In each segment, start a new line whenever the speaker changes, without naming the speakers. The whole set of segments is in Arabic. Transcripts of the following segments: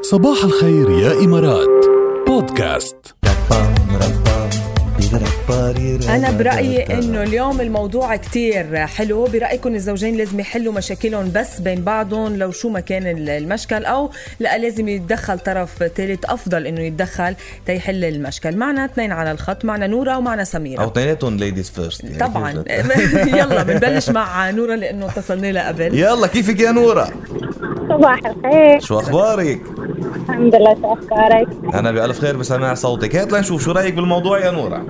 صباح الخير يا إمارات بودكاست
أنا برأيي إنه اليوم الموضوع كتير حلو برأيكم الزوجين لازم يحلوا مشاكلهم بس بين بعضهم لو شو ما كان ال- المشكل أو لا لازم يتدخل طرف ثالث أفضل إنه يتدخل تيحل المشكل معنا اثنين على الخط معنا نورة ومعنا
او
سميرة
اثنيناتهم ليديز فيرست
طبعا يلا بنبلش مع نورة لأنه اتصلنا لها قبل
يلا كيفك يا نورة؟
صباح الخير
شو اخبارك؟
الحمد لله شو اخبارك
انا بألف خير بسماع صوتك، هات لنشوف شو رايك بالموضوع يا نورة؟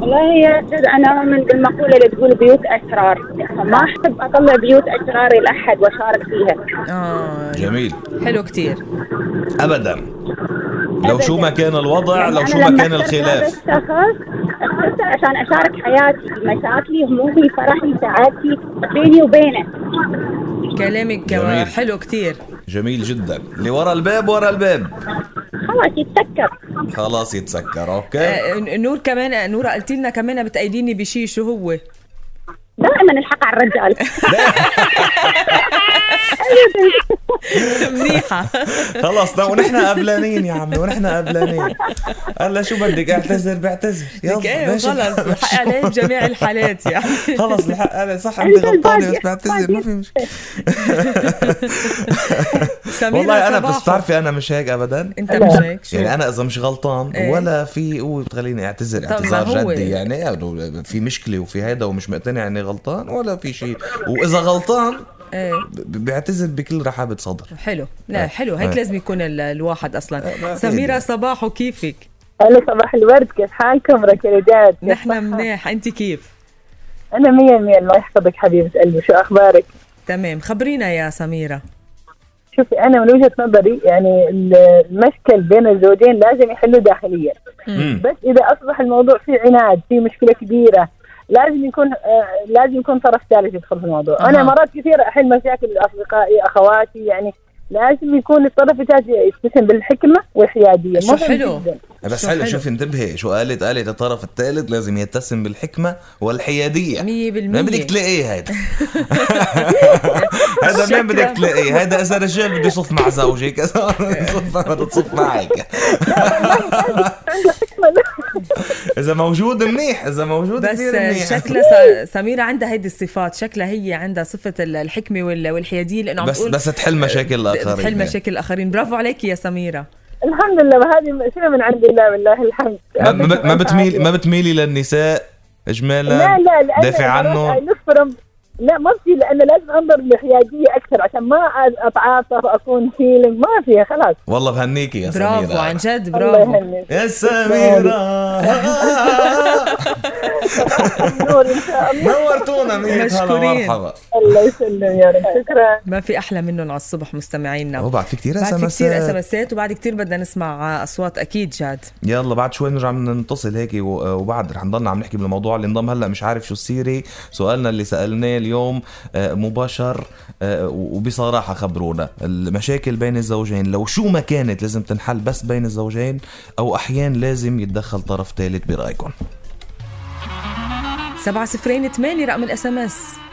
والله يا جد انا اؤمن بالمقوله اللي تقول بيوت اسرار ما احب اطلع بيوت اسراري لاحد واشارك فيها
آه
جميل
حلو كتير
ابدا لو شو ما كان الوضع
يعني
لو
أنا
شو ما
لما
كان
اخترت هذا
الخلاف
الشخص اخترته عشان اشارك حياتي مشاكلي همومي فرحي سعادتي بيني وبينه
كلامك
جميل.
حلو كتير
جميل جدا اللي ورا الباب ورا الباب
خلاص يتسكر
خلاص يتسكر اوكي
آه، نور كمان نورة قلت لنا كمان بتأيديني بشي شو هو
دائما الحق على الرجال
منيحة
خلاص ده ونحن قبلانين يا عمي ونحن قبلانين هلا شو بدك اعتذر بعتذر
إيه،
يلا ماشي.
خلص الحق عليه بجميع الحالات يعني
خلص الحق انا صح عندي غلطانه بس بعتذر ما في مشكله
سميرة
والله انا
صباحو.
بس بتعرفي انا مش هيك ابدا
انت مش هيك شو
يعني انا اذا مش غلطان
إيه.
ولا في هو بتخليني اعتذر
طب ما
اعتذار
هو.
جدي يعني إنه في مشكله وفي هيدا ومش مقتنع اني غلطان ولا في شيء واذا غلطان
ايه
ب- بعتذر بكل رحابه صدر
حلو لا
إيه.
حلو هيك
إيه.
لازم يكون ال- الواحد اصلا
ما في
سميرة
يعني.
صباحو كيفك
الو صباح الورد كيف حالكم ركلجات
نحن منيح انت كيف
انا مية مية الله يحفظك حبيبة قلبي شو اخبارك
تمام خبرينا يا سميرة
شوفي انا من وجهه نظري يعني المشكل بين الزوجين لازم يحلوا داخليا
مم.
بس اذا اصبح الموضوع فيه عناد فيه مشكله كبيره لازم يكون آه، لازم يكون طرف ثالث يدخل في الموضوع
أها.
انا مرات كثيره احل مشاكل اصدقائي اخواتي يعني لازم يكون الطرف الثالث يلتزم بالحكمه والحياديه
شو
مهم
حلو.
جدا.
بس
شو
حلو
حلو.
شوف انتبهي شو قالت قالت الطرف الثالث لازم يتسم بالحكمه والحياديه
مية
يعني ما بدك
بالمية
تلاقيه هيدا هذا
شكراً.
ما بدك تلاقيه هذا اذا رجال بده يصف مع زوجك اذا يصف بده تصف معك
عنده حكمه
اذا موجود منيح اذا موجود
بس
كثير منيح
شكلها س- سميرة عندها هيدي الصفات شكلها هي عندها صفة ال- الحكمة وال- والحيادية لأنه عم
بس
تقول
بس يعني. تحل مشاكل الاخرين
تحل مشاكل الآخرين برافو عليكي يا سميرة
الحمد لله وهذه شنو من عند الله والله الحمد
ما, ما, ما بتميل ما بتميلي للنساء اجمالا
لا لا لأن
دافع عنه.
مرات نفرم لا ما في لان لازم انظر للحياديه اكثر عشان ما اتعاطف اكون فيلينج ما فيها خلاص
والله بهنيكي يا سميرة
برافو عن جد
الله
برافو
يهنيك
يا سميرة
نور ان شاء الله
نورتونا ميت هلا
مشكورين.
مرحبا
الله يسلم يا رب شكرا
ما في أحلى منهم على الصبح مستمعينا
وبعد في كثير اس
بعد
ام
في
اس
كثير اسمسات وبعد كثير بدنا نسمع اصوات اكيد جاد
يلا بعد شوي نرجع نتصل هيك و- وبعد رح نضلنا عم نحكي بالموضوع اللي انضم هلا مش عارف شو السيره سؤالنا اللي سالناه اليوم آه، مباشر آه، وبصراحه خبرونا المشاكل بين الزوجين لو شو ما كانت لازم تنحل بس بين الزوجين او احيان لازم يتدخل طرف ثالث برايكم
سبعة صفرين ثمانية رقم الاس ام اس